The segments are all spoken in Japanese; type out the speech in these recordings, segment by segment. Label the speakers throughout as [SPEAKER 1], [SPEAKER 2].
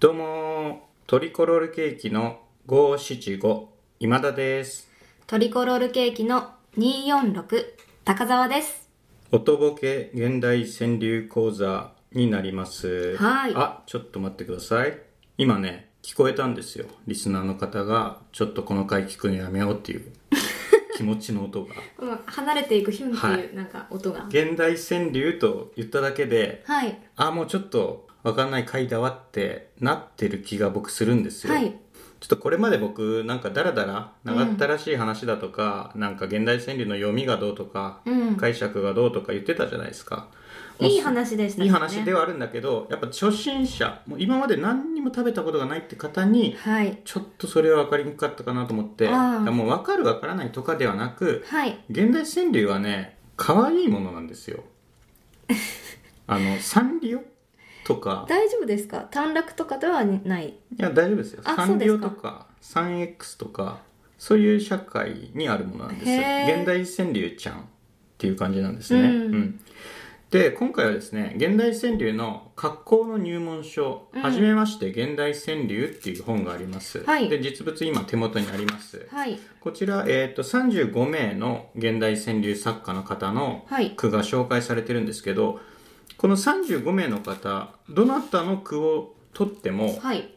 [SPEAKER 1] どうもートリコロールケーキの575今田です
[SPEAKER 2] トリコロールケーキの246高澤です。
[SPEAKER 1] 音ボケ現代川柳講座になります
[SPEAKER 2] はい
[SPEAKER 1] あちょっと待ってください今ね聞こえたんですよリスナーの方がちょっとこの回聞くのやめようっていう 気持ちの音が
[SPEAKER 2] うん離れていくヒュンって
[SPEAKER 1] はい
[SPEAKER 2] いうなんか音が。
[SPEAKER 1] 現代川柳と言っただけで
[SPEAKER 2] はい。
[SPEAKER 1] あもうちょっとわかんない回だわってなってる気が僕するんですよ、
[SPEAKER 2] はい。
[SPEAKER 1] ちょっとこれまで僕なんかダラダラ長ったらしい話だとか、なんか現代川柳の読みがどうとか、
[SPEAKER 2] うん。
[SPEAKER 1] 解釈がどうとか言ってたじゃないですかもう
[SPEAKER 2] いい話でしたね。
[SPEAKER 1] いい話ではあるんだけどやっぱ初心者もう今まで何にも食べたことがないって方に
[SPEAKER 2] はい。
[SPEAKER 1] ちょっとそれは分かりにくかったかなと思って
[SPEAKER 2] あー
[SPEAKER 1] だからもう分かる分からないとかではなく
[SPEAKER 2] はい。
[SPEAKER 1] 現代川柳はね可愛いものなんです よあのサンリオとか
[SPEAKER 2] 大丈夫ですか短絡とかではない。
[SPEAKER 1] いや大丈夫ですよ
[SPEAKER 2] あ
[SPEAKER 1] サ
[SPEAKER 2] そ
[SPEAKER 1] ン
[SPEAKER 2] う
[SPEAKER 1] リ
[SPEAKER 2] で
[SPEAKER 1] オ
[SPEAKER 2] すか
[SPEAKER 1] とか 3X とかそういう社会にあるものなんですよ
[SPEAKER 2] へー
[SPEAKER 1] 現代川柳ちゃんっていう感じなんですね、
[SPEAKER 2] うん
[SPEAKER 1] で今回はですね現代川柳の格好の入門書、
[SPEAKER 2] うん
[SPEAKER 1] はじめまして現代川柳っていう本があります、
[SPEAKER 2] はい
[SPEAKER 1] で実物今手元にあります
[SPEAKER 2] はい。
[SPEAKER 1] こちら、えー、と35名の現代川柳作家の方の
[SPEAKER 2] はい。
[SPEAKER 1] 句が紹介されてるんですけどこの35名の方どなたの句を取っても
[SPEAKER 2] はい。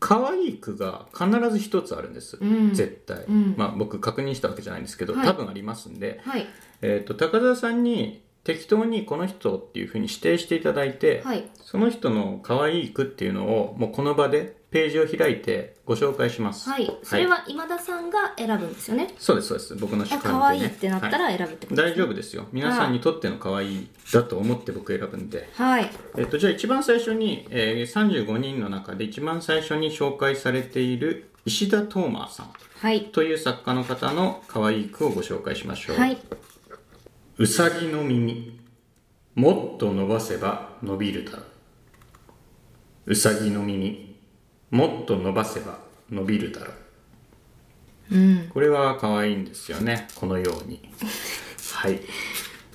[SPEAKER 1] 可愛い句が必ず一つあるんです、
[SPEAKER 2] うん。
[SPEAKER 1] 絶対、
[SPEAKER 2] うん
[SPEAKER 1] まあ僕確認したわけじゃないんですけど、
[SPEAKER 2] はい
[SPEAKER 1] 多分ありますんで、
[SPEAKER 2] はい。
[SPEAKER 1] えー、と高田さんに適当にこの人っていうふうに指定していただいて、
[SPEAKER 2] はい。
[SPEAKER 1] その人の可愛い句っていうのをもうこの場でページを開いてご紹介します
[SPEAKER 2] はい。それは今田さんが選ぶんですよね。
[SPEAKER 1] そうですそうです僕の主
[SPEAKER 2] あ
[SPEAKER 1] 観で、ね、
[SPEAKER 2] 可愛いってなった
[SPEAKER 1] は
[SPEAKER 2] ら選ぶってこ
[SPEAKER 1] い
[SPEAKER 2] とで
[SPEAKER 1] 大
[SPEAKER 2] すね
[SPEAKER 1] 丈夫ですよ皆さんにとっての可愛いだと思って僕選ぶんで
[SPEAKER 2] はい。
[SPEAKER 1] えっと、じゃあ一番最初に、えー35人の中で一番最初に紹介されている石田トーマーさん
[SPEAKER 2] はい。
[SPEAKER 1] という作家の方の可愛い句をご紹介しましょう、
[SPEAKER 2] はい。
[SPEAKER 1] うさぎの耳もっと伸ばせば伸びるだろううさぎの耳もっと伸ばせば伸びるだろう
[SPEAKER 2] うん。
[SPEAKER 1] これは可愛いんですよねこのようにはい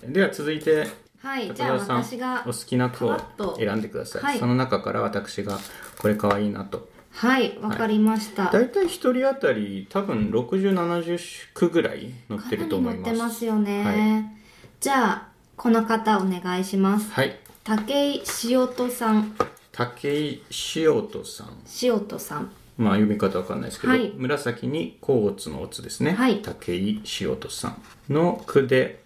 [SPEAKER 1] では続いて
[SPEAKER 2] はい。じゃあ
[SPEAKER 1] 高田さん
[SPEAKER 2] 私が
[SPEAKER 1] お好。きな句を
[SPEAKER 2] パパッと
[SPEAKER 1] 選んでください、
[SPEAKER 2] はい
[SPEAKER 1] その中から私がこれ可愛いなと
[SPEAKER 2] はい。わかりました。
[SPEAKER 1] 大体一人当たり多分6070句ぐらい載ってると思いま
[SPEAKER 2] かな
[SPEAKER 1] す
[SPEAKER 2] り載ってますよね、
[SPEAKER 1] は
[SPEAKER 2] じゃあこの方お願いします
[SPEAKER 1] はい
[SPEAKER 2] 武井塩人さん
[SPEAKER 1] 武井塩人さん
[SPEAKER 2] 塩人さん
[SPEAKER 1] まあ読み方わかんないですけど、
[SPEAKER 2] はい
[SPEAKER 1] 紫に甲乙の乙ですね、
[SPEAKER 2] はい
[SPEAKER 1] 武井塩人さんの句で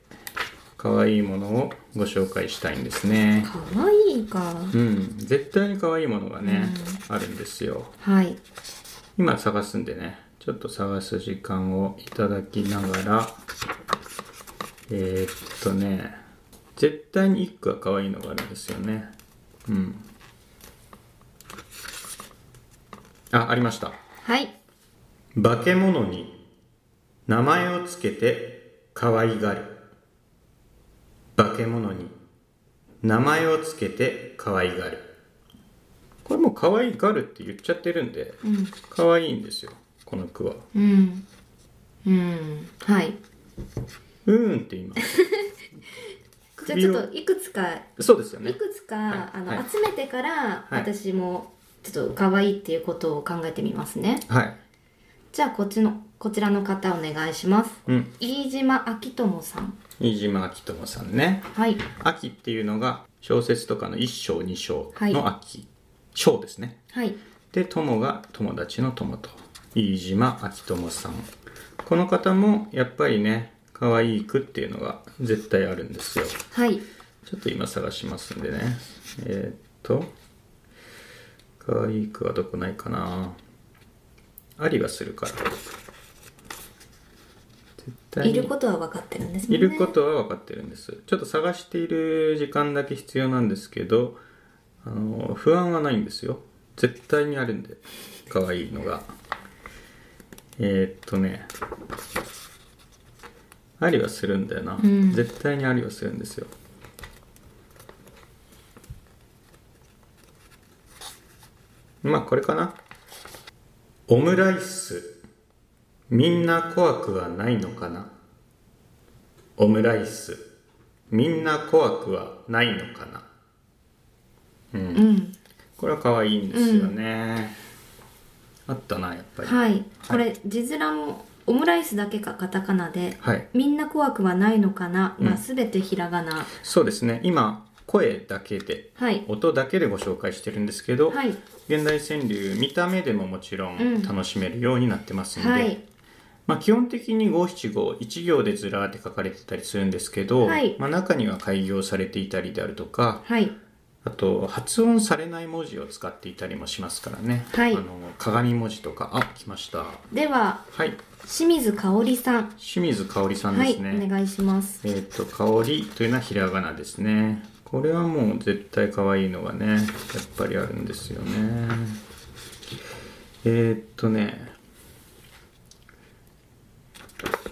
[SPEAKER 1] 可愛いものをご紹介したいんですね
[SPEAKER 2] かわいいか
[SPEAKER 1] うん絶対に可愛いものがね、あるんですよ
[SPEAKER 2] はい
[SPEAKER 1] 今探すんでねちょっと探す時間をいただきながらえー、っとね絶対に一句は可愛いのがあるんですよねうんあありました
[SPEAKER 2] はい
[SPEAKER 1] 化け物に名前をつけて可愛がる化け物に名前をつけて可愛がるこれもう可愛がるって言っちゃってるんで
[SPEAKER 2] うん
[SPEAKER 1] 可愛いんですよこの句は
[SPEAKER 2] うんうんはい
[SPEAKER 1] 「うーん」って言います
[SPEAKER 2] じゃあ
[SPEAKER 1] 首
[SPEAKER 2] ち
[SPEAKER 1] を
[SPEAKER 2] ょっといくつか
[SPEAKER 1] そうですよ
[SPEAKER 2] い
[SPEAKER 1] ね
[SPEAKER 2] くつか、
[SPEAKER 1] はい
[SPEAKER 2] あの
[SPEAKER 1] はい
[SPEAKER 2] 集めてから、
[SPEAKER 1] はい
[SPEAKER 2] 私もちょっと可愛いっていうことを考えてみますね
[SPEAKER 1] はい
[SPEAKER 2] じゃあこっちのこちらの方お願いします
[SPEAKER 1] うん
[SPEAKER 2] 飯島明友さん
[SPEAKER 1] 飯島明友さんね
[SPEAKER 2] はい
[SPEAKER 1] 「秋」っていうのが小説とかの一章二章の秋「章、ですね
[SPEAKER 2] はい
[SPEAKER 1] で友が友達の友と飯島明友さんこの方もやっぱりね可愛い句っていうのが絶対あるんですよ
[SPEAKER 2] はい
[SPEAKER 1] ちょっと今探しますんでねえー、っと可愛い句はどこないかなありはするから絶対
[SPEAKER 2] い
[SPEAKER 1] に
[SPEAKER 2] ることは分かってるんですもん
[SPEAKER 1] い
[SPEAKER 2] ね
[SPEAKER 1] ることは分かってるんですちょっと探している時間だけ必要なんですけどあの不安はないんですよ絶対にあるんで可愛いのがえーっとねありはするんだよな、
[SPEAKER 2] うん
[SPEAKER 1] 絶対にありはするんですよまあこれかなオムライスみんな怖くはないのかなオムライスみんな怖くはないのかな
[SPEAKER 2] うん
[SPEAKER 1] これは可愛いんですよね、あったなやっぱり
[SPEAKER 2] はい、これ字面もオムライスだけがカタカナで
[SPEAKER 1] はい
[SPEAKER 2] 「みんな怖くはないのかな」
[SPEAKER 1] う
[SPEAKER 2] は
[SPEAKER 1] ん
[SPEAKER 2] 全てひらがな、
[SPEAKER 1] そうですね今声だけで
[SPEAKER 2] はい
[SPEAKER 1] 音だけでご紹介してるんですけど、
[SPEAKER 2] はい
[SPEAKER 1] 現代川柳見た目でももちろ
[SPEAKER 2] うん
[SPEAKER 1] ん楽しめるようになってますんで、
[SPEAKER 2] はい
[SPEAKER 1] まあ、基本的に五七五一行でずらーって書かれてたりするんですけど、
[SPEAKER 2] はい
[SPEAKER 1] まあ、中には改行されていたりであるとか
[SPEAKER 2] はい
[SPEAKER 1] あと発音されない文字を使っていたりもしますからね、
[SPEAKER 2] はい
[SPEAKER 1] あの鏡文字とかあ来ました
[SPEAKER 2] では
[SPEAKER 1] はい
[SPEAKER 2] 清水香織さん
[SPEAKER 1] 清水香織さん
[SPEAKER 2] は
[SPEAKER 1] で
[SPEAKER 2] い
[SPEAKER 1] すね、
[SPEAKER 2] お願いします
[SPEAKER 1] えっ、と香りというのはひらがなですねこれはもう絶対可愛いのがねやっぱりあるんですよねえーっとね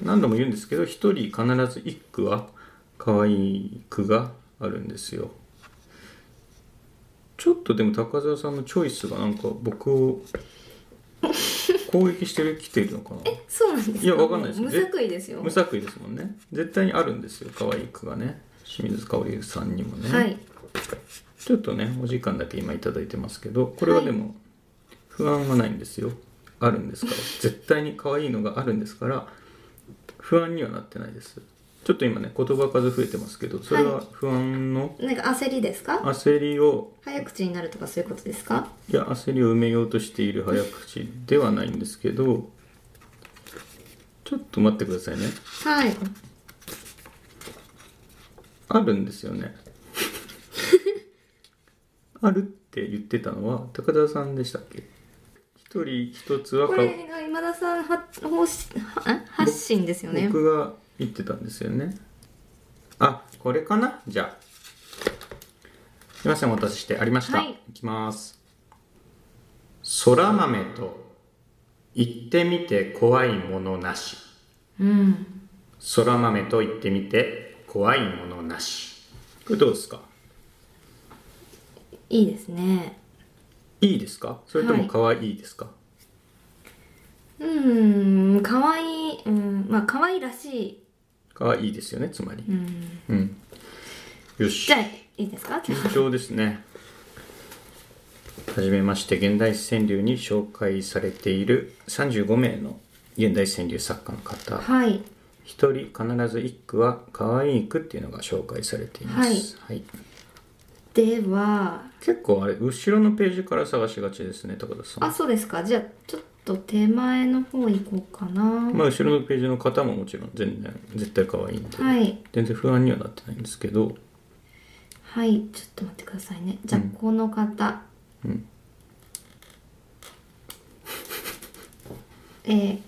[SPEAKER 1] 何度も言うんですけど一人必ず一句は可愛い句があるんですよちょっとでも高澤さんのチョイスがなんか僕を攻撃してきてるのかな
[SPEAKER 2] そうなんです
[SPEAKER 1] いやわかんないです
[SPEAKER 2] 無作為ですよ
[SPEAKER 1] 無作為ですもんね絶対にあるんですよ可愛い句がね清水香織さんにもね、
[SPEAKER 2] はい
[SPEAKER 1] ちょっとねお時間だけ今頂いただいてますけどこれはでも不安はないんですよあるんですから絶対に可愛いのがあるんですから不安にはなってないですちょっと今ね言葉数増えてますけどそれは不安の
[SPEAKER 2] なんか焦りですか
[SPEAKER 1] 焦りを
[SPEAKER 2] 早口になるとかそういうことですか
[SPEAKER 1] いや焦りを埋めようとしている早口ではないんですけどちょっと待ってくださいね
[SPEAKER 2] はい
[SPEAKER 1] あるんですよね あるって言ってたのは高田さんでしたっけ一人一つは
[SPEAKER 2] こ
[SPEAKER 1] か
[SPEAKER 2] れが今田さん発方針は発信ですよね
[SPEAKER 1] 僕が言ってたんですよねあこれかなじゃあすいませんお待たせしてありました、
[SPEAKER 2] はい
[SPEAKER 1] い、きますそら豆と言ってみて怖いものなし
[SPEAKER 2] うん
[SPEAKER 1] そら豆と言ってみて怖いものなしこれどうですか
[SPEAKER 2] いいですね
[SPEAKER 1] いいですかそれと
[SPEAKER 2] は
[SPEAKER 1] も
[SPEAKER 2] い
[SPEAKER 1] 可愛いですか、
[SPEAKER 2] うん可愛いうんまあ可愛いらしい
[SPEAKER 1] がいいですよねつまり
[SPEAKER 2] うん
[SPEAKER 1] うん、よし
[SPEAKER 2] じゃあいいですか
[SPEAKER 1] 緊張ですねはじめまして現代川柳に紹介されている35名の現代川柳作家の方
[SPEAKER 2] はい
[SPEAKER 1] 一人必ず一句は可愛い句っていうのが紹介されています、はい
[SPEAKER 2] では
[SPEAKER 1] 結構あれ後ろのページから探しがちですね高田さ
[SPEAKER 2] あ
[SPEAKER 1] ん
[SPEAKER 2] そうですかじゃあちょっと手前の方行こうかな
[SPEAKER 1] まあ後ろのページの方ももちろん全然絶対可愛いんで、
[SPEAKER 2] はい
[SPEAKER 1] 全然不安にはなってないんですけど
[SPEAKER 2] はいちょっと待ってくださいねじゃあ
[SPEAKER 1] うん
[SPEAKER 2] この方、
[SPEAKER 1] うん
[SPEAKER 2] えー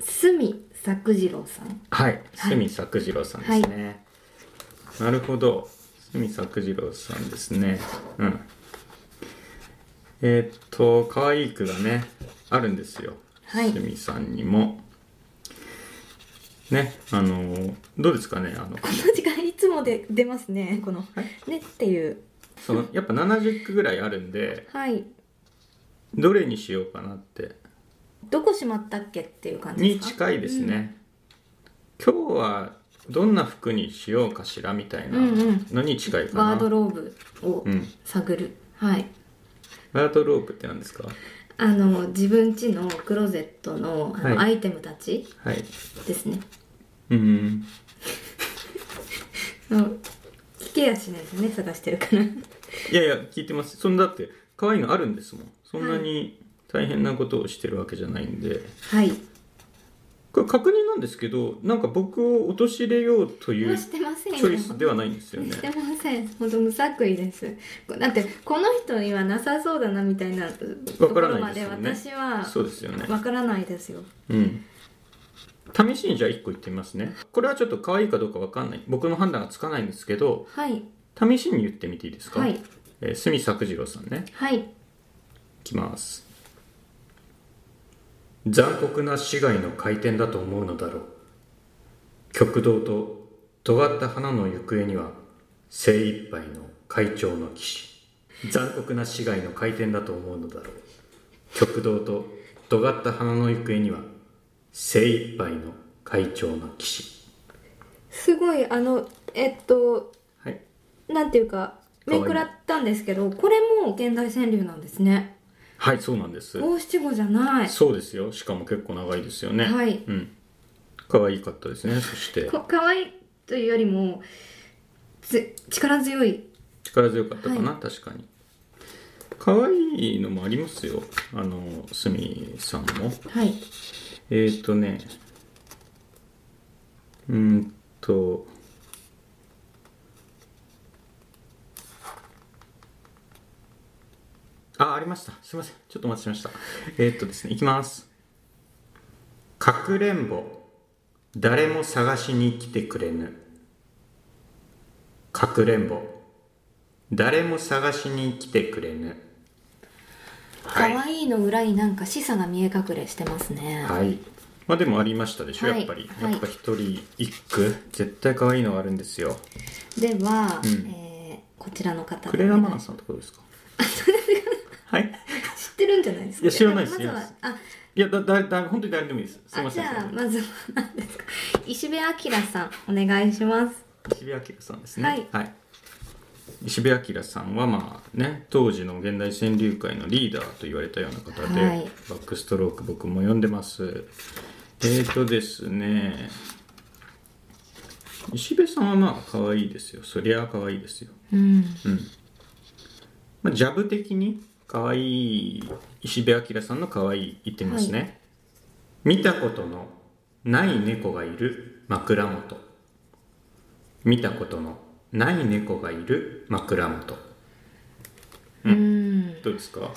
[SPEAKER 2] 隅作次郎さん
[SPEAKER 1] はい、
[SPEAKER 2] はい
[SPEAKER 1] 角作次郎さんですね。なるほど、角作次郎さんですね。うん。えーっと、可愛い句がね、あるんですよ。
[SPEAKER 2] はい
[SPEAKER 1] 角さんにも。ね、あのーどうですかね、あの、
[SPEAKER 2] この時間いつもで出ますねこの
[SPEAKER 1] は
[SPEAKER 2] 「ね」っていう
[SPEAKER 1] その、やっぱ70句ぐらいあるんで、
[SPEAKER 2] はい
[SPEAKER 1] どれにしようかなって、
[SPEAKER 2] どこしまったっけっていう感じ
[SPEAKER 1] に
[SPEAKER 2] ですか
[SPEAKER 1] 近いですね。今日はどんな服にしようかしらみたいなのに近いかな。
[SPEAKER 2] ワードローブを
[SPEAKER 1] うん
[SPEAKER 2] 探る、はい
[SPEAKER 1] ワードロープって何ですか
[SPEAKER 2] あの自分家のクローゼットのあの
[SPEAKER 1] は
[SPEAKER 2] ア
[SPEAKER 1] い
[SPEAKER 2] イテムたち
[SPEAKER 1] はい。
[SPEAKER 2] ですね、
[SPEAKER 1] うん。
[SPEAKER 2] うん聞けやしないですね探してるから
[SPEAKER 1] いやいや、聞いてます。そんなだって、可愛いのあるんですもん。そんなに大変なことをしてるわけじゃないんで。
[SPEAKER 2] はい
[SPEAKER 1] これ確認なんですけど、なんか僕を陥れようと
[SPEAKER 2] も
[SPEAKER 1] いうう
[SPEAKER 2] し
[SPEAKER 1] チ
[SPEAKER 2] てませんよ
[SPEAKER 1] ョイスではないんですよね
[SPEAKER 2] し。てません本当無作為ですこだってこの人にはなさそうだなみたいなところまで
[SPEAKER 1] わからないで
[SPEAKER 2] 私
[SPEAKER 1] す
[SPEAKER 2] は
[SPEAKER 1] そうですよね。
[SPEAKER 2] わからないですよ
[SPEAKER 1] うん。試しにじゃあ1個言ってみますね。これはちょっと可愛いかどうかわかんない。僕の判断がつかないんですけど、
[SPEAKER 2] はい
[SPEAKER 1] 試しに言ってみていいですか
[SPEAKER 2] はい。
[SPEAKER 1] えー、角作次郎さんね。
[SPEAKER 2] はい
[SPEAKER 1] いきます残酷な市街の回転だと思うのだろう極道と尖った花の行方には精一杯の会長の騎士残酷な市街の回転だと思うのだろう極道と尖った花の行方には精一杯の会長の騎士
[SPEAKER 2] すごいあのえっと
[SPEAKER 1] はい
[SPEAKER 2] なんていうか
[SPEAKER 1] 可愛
[SPEAKER 2] め
[SPEAKER 1] い
[SPEAKER 2] くらったんですけどこれも現代川柳なんですね
[SPEAKER 1] はいそうなんです
[SPEAKER 2] 五七五じゃない
[SPEAKER 1] そうですよしかも結構長いですよね
[SPEAKER 2] はい
[SPEAKER 1] うん可愛かったですねそして
[SPEAKER 2] こ可愛いというよりもつ力強い
[SPEAKER 1] 力強かったかな、確かに可愛いのもありますよあのスミさんも
[SPEAKER 2] はい
[SPEAKER 1] えー、っとねうーんとあありましたすいませんちょっとお待ちしましたえー、っとですねいきますかくれんぼ誰も探しに来てくれぬかくれんぼ誰も探しに来てくれぬ
[SPEAKER 2] 可愛、い、いの裏になんか示唆が見え隠れしてますね
[SPEAKER 1] はい。まあでもありましたでしょ、
[SPEAKER 2] はい
[SPEAKER 1] やっぱり。
[SPEAKER 2] はい
[SPEAKER 1] やっぱ一人一句、絶対可愛いのがあるんですよ。
[SPEAKER 2] では、
[SPEAKER 1] うん
[SPEAKER 2] えーこちらの方
[SPEAKER 1] クレラマナさんってことです かはい。
[SPEAKER 2] 知ってるんじゃないですか
[SPEAKER 1] いや知らないです
[SPEAKER 2] まず
[SPEAKER 1] 知
[SPEAKER 2] は
[SPEAKER 1] らないで
[SPEAKER 2] あ
[SPEAKER 1] いや、だ、だ、だ、本当に誰でもいいです。すい
[SPEAKER 2] あ
[SPEAKER 1] ま
[SPEAKER 2] じ
[SPEAKER 1] せん。
[SPEAKER 2] ゃあまずは何ですか石部明さんお願いします
[SPEAKER 1] 石部明さんですね。
[SPEAKER 2] はい
[SPEAKER 1] 石部明さんはまあね当時の現代川柳界のリーダーと言われたような方で、
[SPEAKER 2] はい
[SPEAKER 1] バックストローク僕も読んでますえーとですね石部さんはまあ可愛いですよそりゃ可愛いですよ
[SPEAKER 2] うん
[SPEAKER 1] うんまあ、ジャブ的に可愛い石部明さんの可愛い言ってみますね、
[SPEAKER 2] は
[SPEAKER 1] 見たことのない猫がいる枕元見たことのない猫がいる枕元
[SPEAKER 2] うん
[SPEAKER 1] どうですか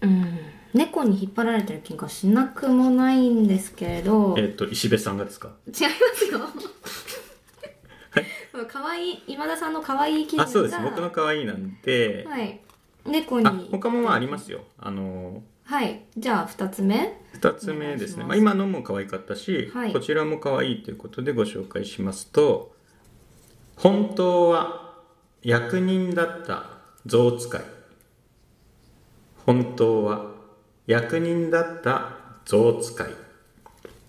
[SPEAKER 2] うん猫に引っ張られてる気がしなくもないんですけれど
[SPEAKER 1] えっ
[SPEAKER 2] 違い、
[SPEAKER 1] と石部さんがですか
[SPEAKER 2] ますよ 可愛い今田さんの可愛い気
[SPEAKER 1] あ
[SPEAKER 2] 分が
[SPEAKER 1] そうです僕の可愛いなんで、
[SPEAKER 2] はい猫
[SPEAKER 1] あ
[SPEAKER 2] に
[SPEAKER 1] 他もまあありますよあの
[SPEAKER 2] はいじゃあ二つ目
[SPEAKER 1] 2つ目ですね
[SPEAKER 2] お
[SPEAKER 1] まあ、
[SPEAKER 2] 願いしま
[SPEAKER 1] 今
[SPEAKER 2] す
[SPEAKER 1] のも可愛かったし、
[SPEAKER 2] はい
[SPEAKER 1] こちらも可愛いということでご紹介しますと「本当は役人だった象使い」「本当は役人だった象使い」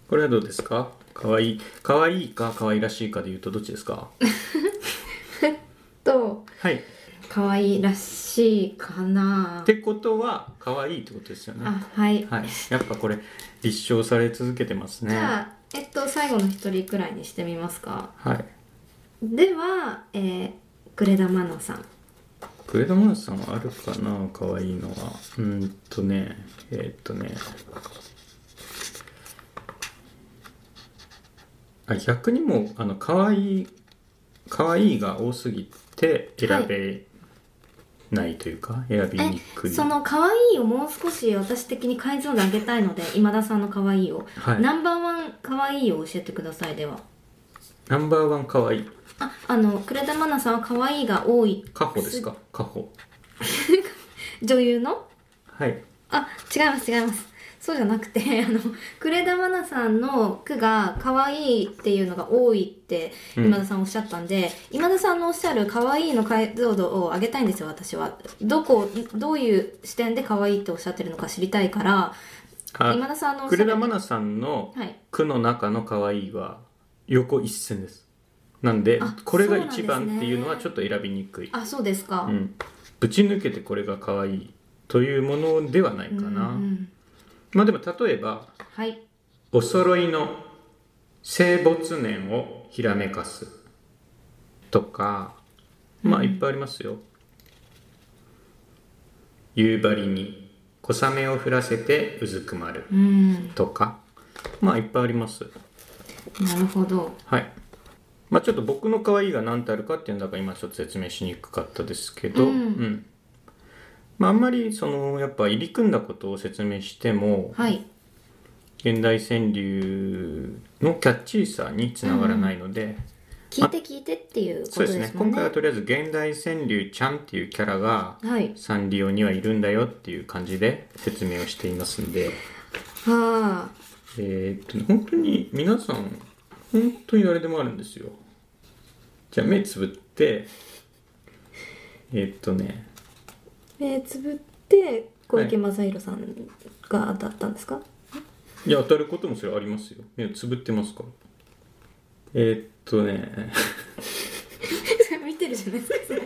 [SPEAKER 1] これはどうですか可愛い可愛いか可愛らしいかで言うとどっちです か
[SPEAKER 2] と
[SPEAKER 1] はい
[SPEAKER 2] 可愛らしいかな
[SPEAKER 1] ってことは可愛いってことですよね
[SPEAKER 2] あはい、
[SPEAKER 1] はいやっぱこれ立証され続けてますね
[SPEAKER 2] じゃあえっと最後の一人くらいにしてみますか
[SPEAKER 1] はい
[SPEAKER 2] では、えー、グレダマナさん
[SPEAKER 1] グレードマナさんはあるかな可愛いのはうーんとねえーっとねあ逆にもあの可愛い可愛いが多すぎて選べないというか、選びにくい
[SPEAKER 2] その可愛いをもう少し私的に解像度上げたいので今田さんの可愛いを、
[SPEAKER 1] はい
[SPEAKER 2] ナンバーワン可愛いを教えてくださいでは
[SPEAKER 1] ナンバーワン可愛い
[SPEAKER 2] ああの呉田愛菜さんは可愛いが多い
[SPEAKER 1] カホですかカホ
[SPEAKER 2] 女優の
[SPEAKER 1] はい
[SPEAKER 2] あ違います違いますそうじゃなくて あの呉田愛菜さんの句が可愛いっていうのが多いって
[SPEAKER 1] うん
[SPEAKER 2] 今田さんおっしゃったんで、今田さんのおっしゃる可愛いの解像度を上げたいんですよ私はどこどういう視点で可愛いっておっしゃってるのか知りたいから今
[SPEAKER 1] あ
[SPEAKER 2] 田さんのおっ
[SPEAKER 1] グ
[SPEAKER 2] し
[SPEAKER 1] レ
[SPEAKER 2] ゃ
[SPEAKER 1] ー
[SPEAKER 2] る
[SPEAKER 1] ドマナさんの
[SPEAKER 2] はい
[SPEAKER 1] 句の中の可愛いは横一線ですなんで
[SPEAKER 2] あ
[SPEAKER 1] これが
[SPEAKER 2] そうなんです
[SPEAKER 1] 一
[SPEAKER 2] ね
[SPEAKER 1] 番っていうのはちょっと選びにくい
[SPEAKER 2] あそうですか、
[SPEAKER 1] うん、ぶち抜けてこれが可愛いというものではないかな、
[SPEAKER 2] うんうん
[SPEAKER 1] まあでも例えば
[SPEAKER 2] はい
[SPEAKER 1] お揃いの生没年をひらめかすとかまあいっぱいありますよ、夕張に小雨を降らせてうずくまる
[SPEAKER 2] うんな
[SPEAKER 1] とかまあいっぱいあります
[SPEAKER 2] るほど
[SPEAKER 1] はいまあちょっと僕の可愛いが何たるかっていうのだから今ちょっと説明しにくかったですけど、
[SPEAKER 2] うん
[SPEAKER 1] まあ、あんまりそのやっぱ入り組んだことを説明しても
[SPEAKER 2] はい
[SPEAKER 1] 現代川柳のキャッチーさにつながらないので、
[SPEAKER 2] 聞いて聞いてっていうこ
[SPEAKER 1] そ
[SPEAKER 2] と
[SPEAKER 1] う
[SPEAKER 2] で
[SPEAKER 1] ですね
[SPEAKER 2] すもん
[SPEAKER 1] 今
[SPEAKER 2] ね
[SPEAKER 1] 回はとりあえず現代川柳ちゃんっていうキャラが
[SPEAKER 2] はい
[SPEAKER 1] サンリオにはいるんだよっていう感じで説明をしていますんで。
[SPEAKER 2] はあ
[SPEAKER 1] えーっとね本当に皆さん本当に誰でもあるんですよじゃあ目つぶってえーっとね
[SPEAKER 2] 目つぶって小池正弘さんが当たったんですか、
[SPEAKER 1] いや当たることもそれありますよ目をつぶってますからえーっとね
[SPEAKER 2] それ見てるじゃないですかそれ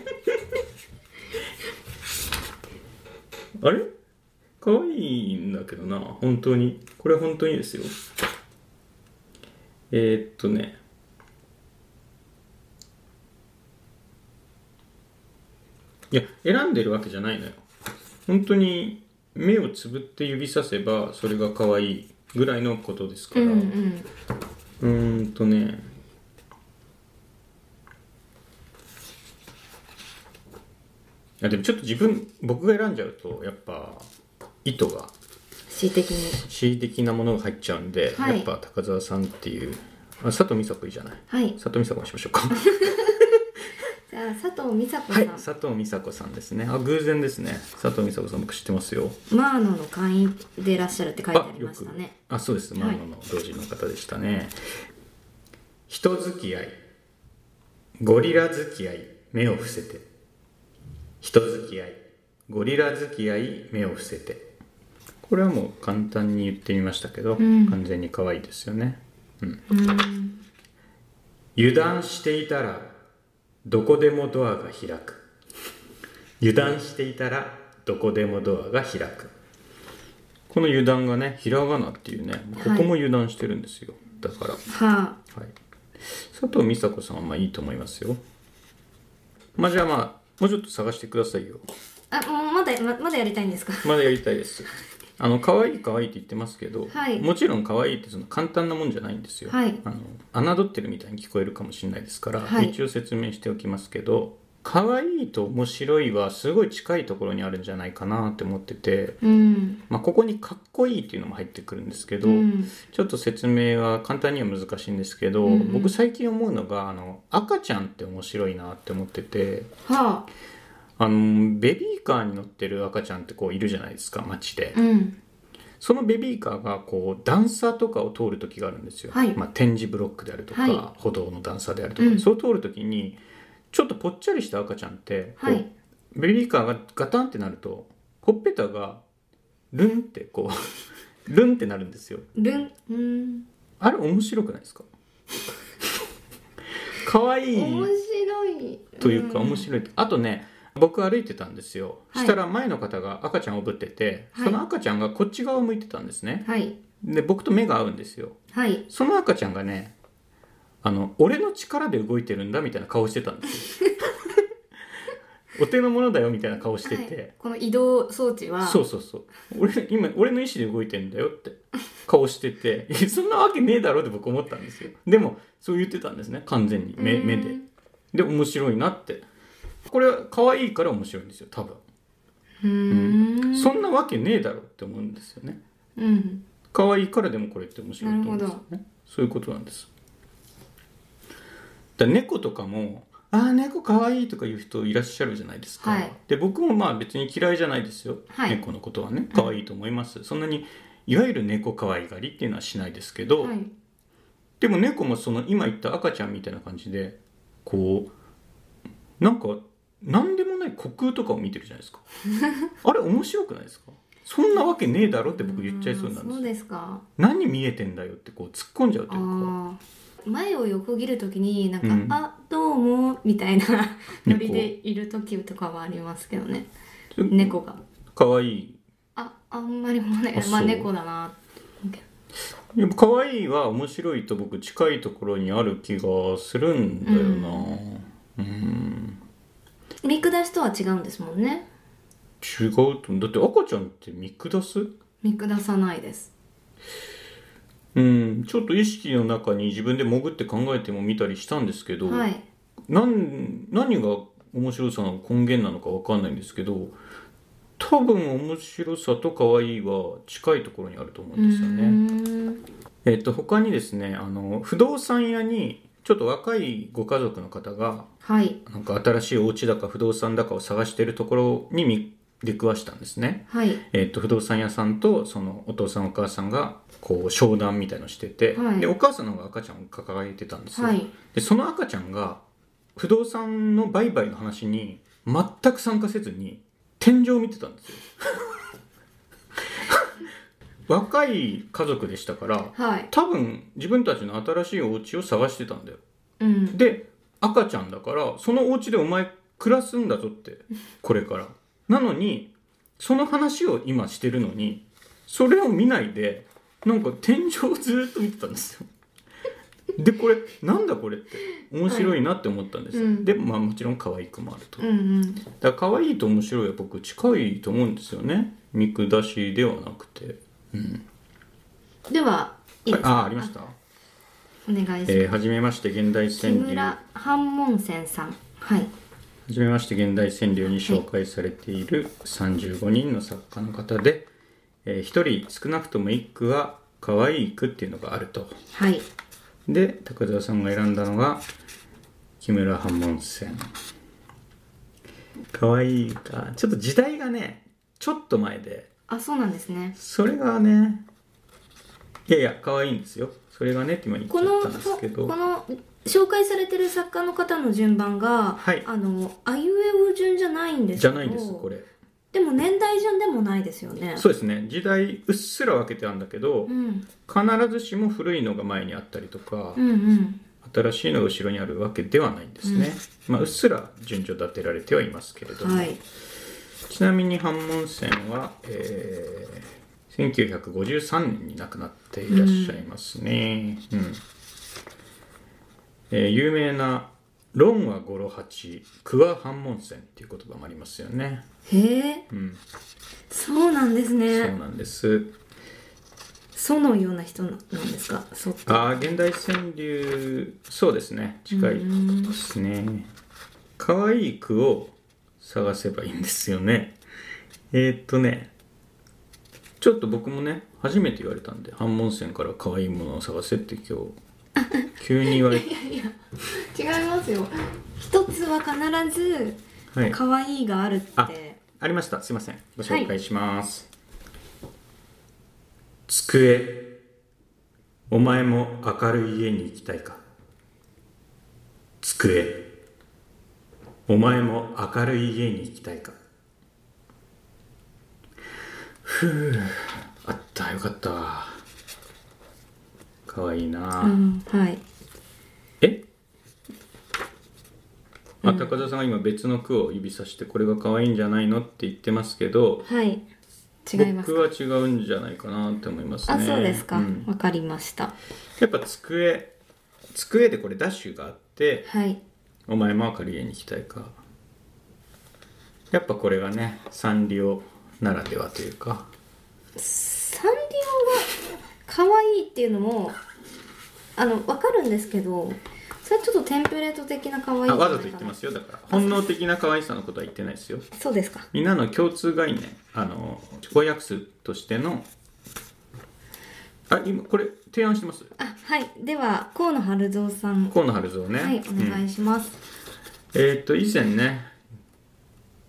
[SPEAKER 1] あれ可愛いんだけどな本当にこれ本当にですよえー、っとねいや選んでるわけじゃないのよ本当に目をつぶって指させばそれが可愛いぐらいのことですか
[SPEAKER 2] う
[SPEAKER 1] ら、
[SPEAKER 2] んうん
[SPEAKER 1] うーんとねあでもちょっと自分僕が選んじゃうとやっぱ意図が
[SPEAKER 2] 恣意的に
[SPEAKER 1] 恣意的なものが入っちゃうんで、
[SPEAKER 2] はい
[SPEAKER 1] やっぱ高澤さんっていうあ佐藤美佐子いいじゃない
[SPEAKER 2] はい
[SPEAKER 1] 佐藤美佐子にしましょうか
[SPEAKER 2] じゃあ佐藤美佐子
[SPEAKER 1] は
[SPEAKER 2] さ
[SPEAKER 1] い
[SPEAKER 2] ん、
[SPEAKER 1] 佐藤美佐子さんですねあ偶然ですね佐藤美佐子さん僕知ってますよ
[SPEAKER 2] マーノの会員でいらっしゃるって書いてありましたね
[SPEAKER 1] あそうですマ
[SPEAKER 2] はい
[SPEAKER 1] ンモの同時の方でしたね、人付き合いゴリラ付き合い目を伏せて人付き合いゴリラ付き合い目を伏せてこれはもう簡単に言ってみましたけど、
[SPEAKER 2] うん
[SPEAKER 1] 完全に可愛いですよね
[SPEAKER 2] うん
[SPEAKER 1] 油断していたらどこでもドアが開く油断していたらどこでもドアが開くこの油断がねひらがなっていうねここも油断してるんですよ、だから、は、
[SPEAKER 2] はい
[SPEAKER 1] 佐藤美佐子さんはまあいいと思いますよまあじゃあまあもうちょっと探してくださいよ
[SPEAKER 2] ああもうまだままだやりたいんですか
[SPEAKER 1] まだやりたいですあの可愛い可愛いって言ってますけど、
[SPEAKER 2] はい
[SPEAKER 1] もちろん可愛いってその簡単なもんじゃないんですよ、
[SPEAKER 2] はい
[SPEAKER 1] あの侮ってるみたいに聞こえるかもしれないですから、
[SPEAKER 2] はい
[SPEAKER 1] 一応説明しておきますけど可愛いと面白いはすごい近いところにあるんじゃないかなって思ってて、
[SPEAKER 2] うん
[SPEAKER 1] まあ、ここにかっこいいっていうのも入ってくるんですけど、
[SPEAKER 2] うん
[SPEAKER 1] ちょっと説明は簡単には難しいんですけど、
[SPEAKER 2] うんうん
[SPEAKER 1] 僕最近思うのがあの赤ちゃんって面白いなって思ってて
[SPEAKER 2] はあ
[SPEAKER 1] あのベビーカーに乗ってる赤ちゃんってこういるじゃないですか街で。
[SPEAKER 2] うん
[SPEAKER 1] そのベビーカーがこう段差とかを通る時があるんですよ、
[SPEAKER 2] はい
[SPEAKER 1] まあ、展示ブロックであるとか、
[SPEAKER 2] はい
[SPEAKER 1] 歩道の段差であるとか、
[SPEAKER 2] うん
[SPEAKER 1] そう通る時にちょっとぽっちゃりした赤ちゃんってこう、
[SPEAKER 2] はい
[SPEAKER 1] ベビーカーがガタンってなるとほっぺたがルンってこう ルンってなるんですよ
[SPEAKER 2] ルンうん
[SPEAKER 1] あれ面白くないですか 可愛い
[SPEAKER 2] 面白い
[SPEAKER 1] というか
[SPEAKER 2] ん
[SPEAKER 1] 面白い、あとね僕歩いてたんですよ、
[SPEAKER 2] はい
[SPEAKER 1] したら前の方が赤ちゃんをおぶってて、
[SPEAKER 2] はい
[SPEAKER 1] その赤ちゃんがこっち側を向いてたんですね、
[SPEAKER 2] はい
[SPEAKER 1] で僕と目が合うんですよ
[SPEAKER 2] はい
[SPEAKER 1] その赤ちゃんがねあの俺の力で動いてるんだみたいな顔してたんです よお手の物だよみたいな顔して
[SPEAKER 2] はい
[SPEAKER 1] て、
[SPEAKER 2] この移動装置は
[SPEAKER 1] そうそうそう俺今俺の意思で動いてんだよって顔してて いやそんなわけねえだろって僕思ったんですよでもそう言ってたんですね完全に目
[SPEAKER 2] うん
[SPEAKER 1] 目でで面白いなってこれは可愛いから面白いんですよ多分、
[SPEAKER 2] うーん
[SPEAKER 1] そんなわけねえだろって思うんですよね
[SPEAKER 2] うん
[SPEAKER 1] 可愛いからでもこれって面白いと思うんですよねそういうことなんですだから猫とかも「ああ猫可愛いとか言う人いらっしゃるじゃないですか、
[SPEAKER 2] はい
[SPEAKER 1] で僕もまあ別に嫌いじゃないですよ、
[SPEAKER 2] はい
[SPEAKER 1] 猫のことはね可愛いと思います、そんなにいわゆる猫可愛がりっていうのはしないですけど、
[SPEAKER 2] はい
[SPEAKER 1] でも猫もその今言った赤ちゃんみたいな感じでこうなんか何でもない虚空とかを見てるじゃない ですかあれ面白くないですかそんなわけねえだろって僕言っちゃいそうなん
[SPEAKER 2] あ
[SPEAKER 1] で
[SPEAKER 2] ー
[SPEAKER 1] す
[SPEAKER 2] そう
[SPEAKER 1] よ
[SPEAKER 2] ですか
[SPEAKER 1] 何見えてんだよってこう突っ込んじゃうというか
[SPEAKER 2] あー前を横切るときになんか「
[SPEAKER 1] うん
[SPEAKER 2] あどうも」みたいなノリ
[SPEAKER 1] 猫
[SPEAKER 2] でいる時とかはありますけどね
[SPEAKER 1] ちょ
[SPEAKER 2] 猫が
[SPEAKER 1] 可愛い
[SPEAKER 2] ああんまり思わない
[SPEAKER 1] あそう
[SPEAKER 2] まあ猫だなって
[SPEAKER 1] やっぱ可愛いは面白いと僕近いところにある気がするんだよなうん
[SPEAKER 2] 見下しとは違うんですもんね
[SPEAKER 1] 違うと思うだって赤ちゃんって見下す
[SPEAKER 2] 見下さないです
[SPEAKER 1] うんちょっと意識の中に自分で潜って考えても見たりしたんですけど、
[SPEAKER 2] はい
[SPEAKER 1] なん何が面白さの根源なのか分かんないんですけど多分面白さと可愛いは近いところにあると思うんですよね。
[SPEAKER 2] ね
[SPEAKER 1] えっと、他にですねあの不動産屋にちょっと若いご家族の方が
[SPEAKER 2] はい
[SPEAKER 1] なんか新しいお家だか不動産だかを探しているところに見出くわしたんですね、
[SPEAKER 2] はい
[SPEAKER 1] えっと、不動産屋さんとそのお父さんお母さんがこう商談みたいのしてて、
[SPEAKER 2] はい
[SPEAKER 1] でお母さんの方が赤ちゃんを抱えてたんですよ、
[SPEAKER 2] はい
[SPEAKER 1] でその赤ちゃんが不動産の売買の話に全く参加せずに天井を見てたんです よ若い家族でしたから
[SPEAKER 2] はい
[SPEAKER 1] 多分自分たちの新しいお家を探してたんだよ
[SPEAKER 2] うん
[SPEAKER 1] で赤ちゃん だからそのお家でお前暮らすんだぞってこれからなのにその話を今してるのにそれを見ないでなんか天井をずーっと見てたんです よでこれなんだこれって面白いなって思ったんですよ、
[SPEAKER 2] はいうん
[SPEAKER 1] でまあもちろん可愛くもあると、
[SPEAKER 2] うんうん
[SPEAKER 1] だから可愛いと面白いは僕近いと思うんですよね見下しではなくて、うん、
[SPEAKER 2] ではいいですか
[SPEAKER 1] あありました
[SPEAKER 2] お願いします、
[SPEAKER 1] えーはじめまして現代
[SPEAKER 2] 木
[SPEAKER 1] 川柳
[SPEAKER 2] 村
[SPEAKER 1] は
[SPEAKER 2] 半門仙さんはい
[SPEAKER 1] じめまして現代川柳に紹介されている35人の作家の方で、え1人少なくとも1句は可愛い句っていうのがあると
[SPEAKER 2] はい
[SPEAKER 1] で高田さんが選んだのが木村半門線可愛いかちょっと時代がねちょっと前で
[SPEAKER 2] あそうなんですね
[SPEAKER 1] それがねいやいや可愛いんですよそれがねって今言っちゃ
[SPEAKER 2] この
[SPEAKER 1] ったんですけど
[SPEAKER 2] この紹介されてる作家の方の順番が、
[SPEAKER 1] はい
[SPEAKER 2] あのあいうえお順じゃないんです
[SPEAKER 1] じ
[SPEAKER 2] け
[SPEAKER 1] ゃ
[SPEAKER 2] ど
[SPEAKER 1] ないですこれ
[SPEAKER 2] でも年代順でもないですよね
[SPEAKER 1] そうですね時代うっすら分けてあるんだけど
[SPEAKER 2] うん、
[SPEAKER 1] 必ずしも古いのが前にあったりとか
[SPEAKER 2] うんうん
[SPEAKER 1] 新しいのが後ろにあるわけではないんですね、まあ、うっすら順序立てられてはいますけれども、
[SPEAKER 2] はい
[SPEAKER 1] ちなみに半門線は、えー1953年に亡くなっていらっしゃいますね、うんえー有名な「論は五郎八句は半門線」っていう言葉もありますよね、
[SPEAKER 2] へえ
[SPEAKER 1] うん、
[SPEAKER 2] そうなんです
[SPEAKER 1] そう
[SPEAKER 2] ね
[SPEAKER 1] なんです
[SPEAKER 2] そのような人なんですかそって
[SPEAKER 1] ああ現代川柳そうですね近いですね可愛い句を探せばいいんですよねえー、っとねちょっと僕もね初めて言われたんで半門線から可愛いものを探せって今日急に言われて
[SPEAKER 2] 違いますよ一つは必ず
[SPEAKER 1] はい
[SPEAKER 2] 可愛いがあるって、
[SPEAKER 1] あありましたすいませんご紹介します、机お前も明るい家に行きたいか机お前も明るい家に行きたいかふうあったよかったわかわいいな、
[SPEAKER 2] うんはい
[SPEAKER 1] えあ高田さんが今別の句を指さしてこれが可愛いんじゃないのって言ってますけど
[SPEAKER 2] はい違います
[SPEAKER 1] 僕は違うんじゃないかなって思いますね
[SPEAKER 2] あそうですかわ、
[SPEAKER 1] ん
[SPEAKER 2] かりました
[SPEAKER 1] やっぱ机机でこれダッシュがあって
[SPEAKER 2] はい
[SPEAKER 1] 「お前も明るい家に行きたいか」やっぱこれがねサンリオならではというか
[SPEAKER 2] サンリオが可愛いっていうのもあのわかるんですけどそれはちょっとテンプレート的な可愛い
[SPEAKER 1] あわざと言ってますよだから本能的な可愛さのことは言ってないですよ
[SPEAKER 2] そうですか
[SPEAKER 1] みんなの共通概念あの公約数としてのあ今これ提案してます
[SPEAKER 2] あはいでは河野晴蔵さん
[SPEAKER 1] 河野春蔵ね
[SPEAKER 2] はいお
[SPEAKER 1] う
[SPEAKER 2] 願
[SPEAKER 1] ん
[SPEAKER 2] いします、
[SPEAKER 1] えっ、と以前ね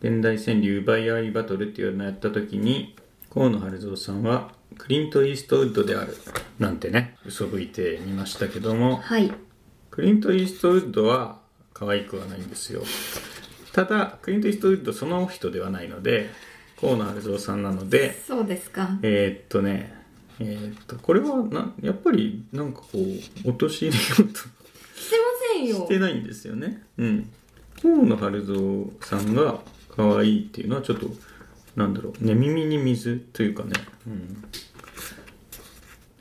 [SPEAKER 1] 現代川柳奪い合いバトルっていうのをやった時に河野晴蔵さんはクリント・イーストウッドであるなんてね嘘吹いてみましたけども
[SPEAKER 2] はい
[SPEAKER 1] クリント・イーストウッドは可愛くはないんですよただクリント・イーストウッドその人ではないので河野晴蔵さんなので
[SPEAKER 2] そうですか
[SPEAKER 1] えーっとね、えーっと、これはな、やっぱりなんかこう、落とし入れようと
[SPEAKER 2] してませんよ
[SPEAKER 1] してないんですよね。うん。河野晴蔵さんが可愛いっていうのはちょっと、なんだろう、ね、耳に水というかね、うん。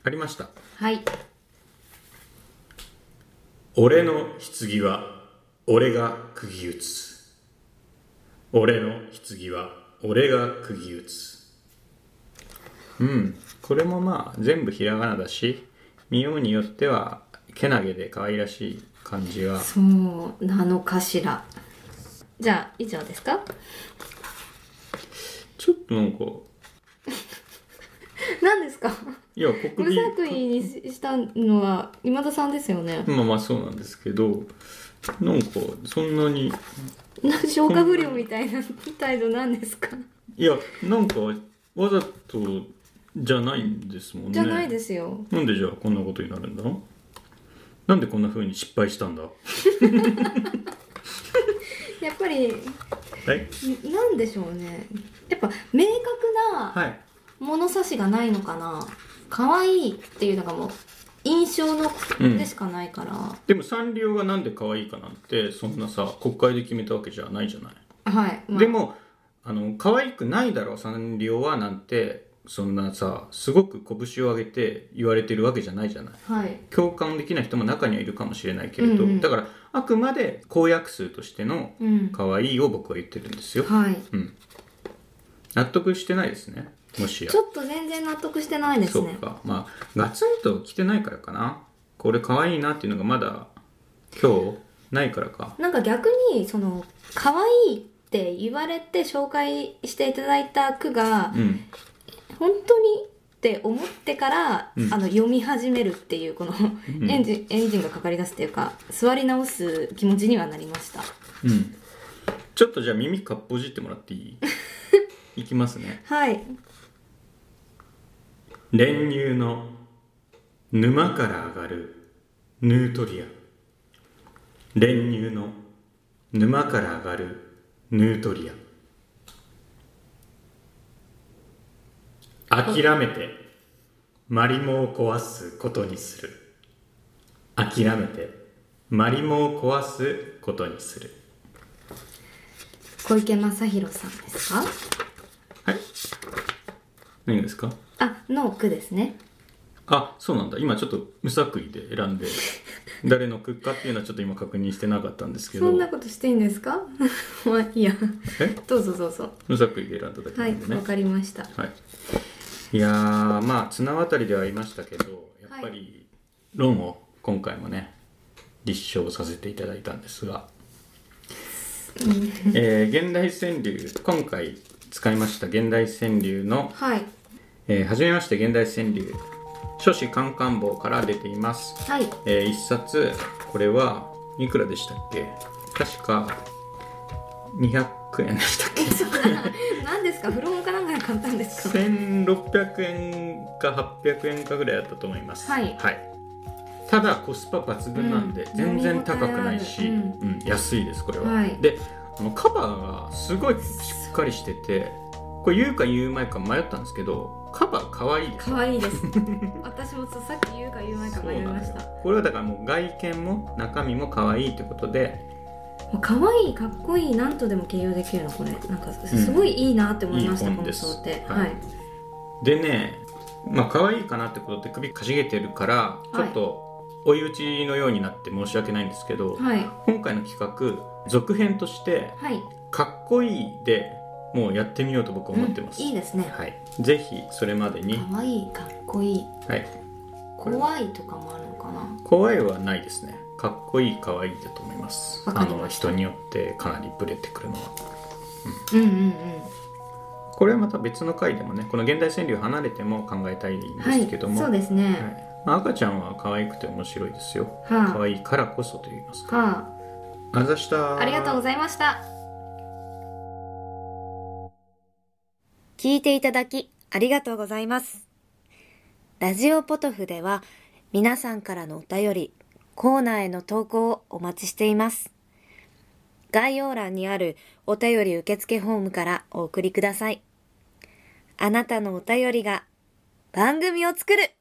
[SPEAKER 1] ありました。
[SPEAKER 2] はい
[SPEAKER 1] 俺の棺は、俺が釘打つ。俺の棺は、俺が釘打つ。うん、これもまあ全部ひらがなだし、見ようによっては、けなげで可愛らしい感じが。
[SPEAKER 2] そうなのかしらじゃあ以上ですか
[SPEAKER 1] ちょっとなんか、
[SPEAKER 2] 何 ですか
[SPEAKER 1] いや、
[SPEAKER 2] 無
[SPEAKER 1] 国民、
[SPEAKER 2] 作為にししたのは今田さんですよね
[SPEAKER 1] まあまあそうなんですけど、なんかそんなに、
[SPEAKER 2] な消化不良みたいな 態度なんですか
[SPEAKER 1] いや、なんかわざとじゃないんですもんね。
[SPEAKER 2] じゃないですよ
[SPEAKER 1] なんでじゃあこんなことになるんだなんでこんな風に失敗したんだは
[SPEAKER 2] やっぱり
[SPEAKER 1] い
[SPEAKER 2] なんでしょうねやっぱ明確な
[SPEAKER 1] はい
[SPEAKER 2] 物差しがないのかな可愛いっていうのがもう印象の
[SPEAKER 1] うん
[SPEAKER 2] でしかないから、
[SPEAKER 1] でもサンリオがなんで可愛いかなんてそんなさ国会で決めたわけじゃないじゃない、
[SPEAKER 2] はい、まあ
[SPEAKER 1] でもあの可愛くないだろサンリオはなんてそんなさすごく拳を上げて言われてるわけじゃないじゃない
[SPEAKER 2] はい
[SPEAKER 1] 共感できない人も中にはいるかもしれないけれど、
[SPEAKER 2] うんうん
[SPEAKER 1] だからあくまで公約数としての
[SPEAKER 2] うん
[SPEAKER 1] 可愛いを僕は言ってるんですよ、
[SPEAKER 2] はい
[SPEAKER 1] うん、納得してないですねもしや
[SPEAKER 2] ちょっと全然納得してないです
[SPEAKER 1] そう
[SPEAKER 2] ね
[SPEAKER 1] かまあガツンと着てないからかなこれ可愛いなっていうのがまだ今日ないからか
[SPEAKER 2] なんか逆にその可愛いって言われて紹介していただいた句が
[SPEAKER 1] うん
[SPEAKER 2] 本当にって思ってから、
[SPEAKER 1] うん
[SPEAKER 2] あの読み始めるっていうこの、
[SPEAKER 1] ん
[SPEAKER 2] エンジンエンジンがかかり出すっていうか座り直す気持ちにはなりました
[SPEAKER 1] うんちょっとじゃあ耳かっぽじってもらってい いいきますね
[SPEAKER 2] はい
[SPEAKER 1] 練乳の沼から上がるヌートリア練乳の沼から上がるヌートリア諦めてマリモを壊すことにする諦めてマリモを壊すことにする
[SPEAKER 2] 小池正弘さんですか
[SPEAKER 1] はい何がですか
[SPEAKER 2] あの句ですね
[SPEAKER 1] あそうなんだ今ちょっと無作為で選ん で誰の句かっていうのはちょっと今確認してなかったんですけ
[SPEAKER 2] そ
[SPEAKER 1] ど
[SPEAKER 2] んなことしていいんですか まあいいや
[SPEAKER 1] え
[SPEAKER 2] どうぞどうぞ
[SPEAKER 1] 無作為で選んだだけな
[SPEAKER 2] はい
[SPEAKER 1] んでね
[SPEAKER 2] わかりました
[SPEAKER 1] はい、い、やーまあ綱渡りではありましたけどやっぱり論を今回もね立証させていただいたんです が、えー現代川柳今回使いました現代川柳の
[SPEAKER 2] はい
[SPEAKER 1] 「えーはじめまして現代川柳」書士カンカン坊から出ています
[SPEAKER 2] はい
[SPEAKER 1] えー、1冊これはいくらでしたっけ確か200円でしたっけ
[SPEAKER 2] 何ですか古本かなんかで買ったんですか
[SPEAKER 1] 1600円か800円かぐらいだったと思います
[SPEAKER 2] はい
[SPEAKER 1] ただコスパ抜群なんで、
[SPEAKER 2] うん
[SPEAKER 1] 全然高くないし、
[SPEAKER 2] 飲
[SPEAKER 1] う
[SPEAKER 2] み応
[SPEAKER 1] ん安いですこれは、
[SPEAKER 2] はい
[SPEAKER 1] であのカバーがすごいしっかりしててこれ言うか言う前か迷ったんですけどカバー可愛いです
[SPEAKER 2] 可愛いです 私もそうさっき言うか言うまいか迷いまし
[SPEAKER 1] そうな
[SPEAKER 2] た
[SPEAKER 1] のよこれはだからもう外見も中身も可愛いってことで
[SPEAKER 2] もう可愛いかっこいいなんとでも形容できるのこれなんかすごいいいなって思いました、
[SPEAKER 1] いい
[SPEAKER 2] こ
[SPEAKER 1] 本
[SPEAKER 2] の
[SPEAKER 1] です
[SPEAKER 2] 想定
[SPEAKER 1] はい
[SPEAKER 2] はい、
[SPEAKER 1] でねまあ可愛いかなってことで首かしげてるから
[SPEAKER 2] い
[SPEAKER 1] ちょっと追い打ちのようになって申し訳ないんですけど、
[SPEAKER 2] はい
[SPEAKER 1] 今回の企画続編として
[SPEAKER 2] はい
[SPEAKER 1] 「かっこいい」でもうやってみようと僕は思ってます、
[SPEAKER 2] うんいいですね
[SPEAKER 1] はい、ぜひそれまでに、
[SPEAKER 2] 可愛いかっこいい
[SPEAKER 1] はい、
[SPEAKER 2] 怖いとかもあるのかな
[SPEAKER 1] 怖いはないですねかっこいい可愛いだと思います
[SPEAKER 2] わ
[SPEAKER 1] あ
[SPEAKER 2] かり
[SPEAKER 1] の
[SPEAKER 2] ました
[SPEAKER 1] 人によってかなりブレてくるのは
[SPEAKER 2] うんうんうん
[SPEAKER 1] これはまた別の回でもねこの現代川柳離れても考えたいんで
[SPEAKER 2] はい
[SPEAKER 1] すけども、
[SPEAKER 2] そうです
[SPEAKER 1] は
[SPEAKER 2] ね
[SPEAKER 1] いまあ、赤ちゃんは可愛くて面白いですよ
[SPEAKER 2] はあ
[SPEAKER 1] 可愛いからこそと言いますか。
[SPEAKER 2] は
[SPEAKER 1] ありがとうございました。
[SPEAKER 2] あ、ありがとうございました
[SPEAKER 3] 聞いていただきありがとうございます。ラジオポトフでは皆さんからのお便り、コーナーへの投稿をお待ちしています。概要欄にあるお便り受付フォームからお送りください。あなたのお便りが番組を作る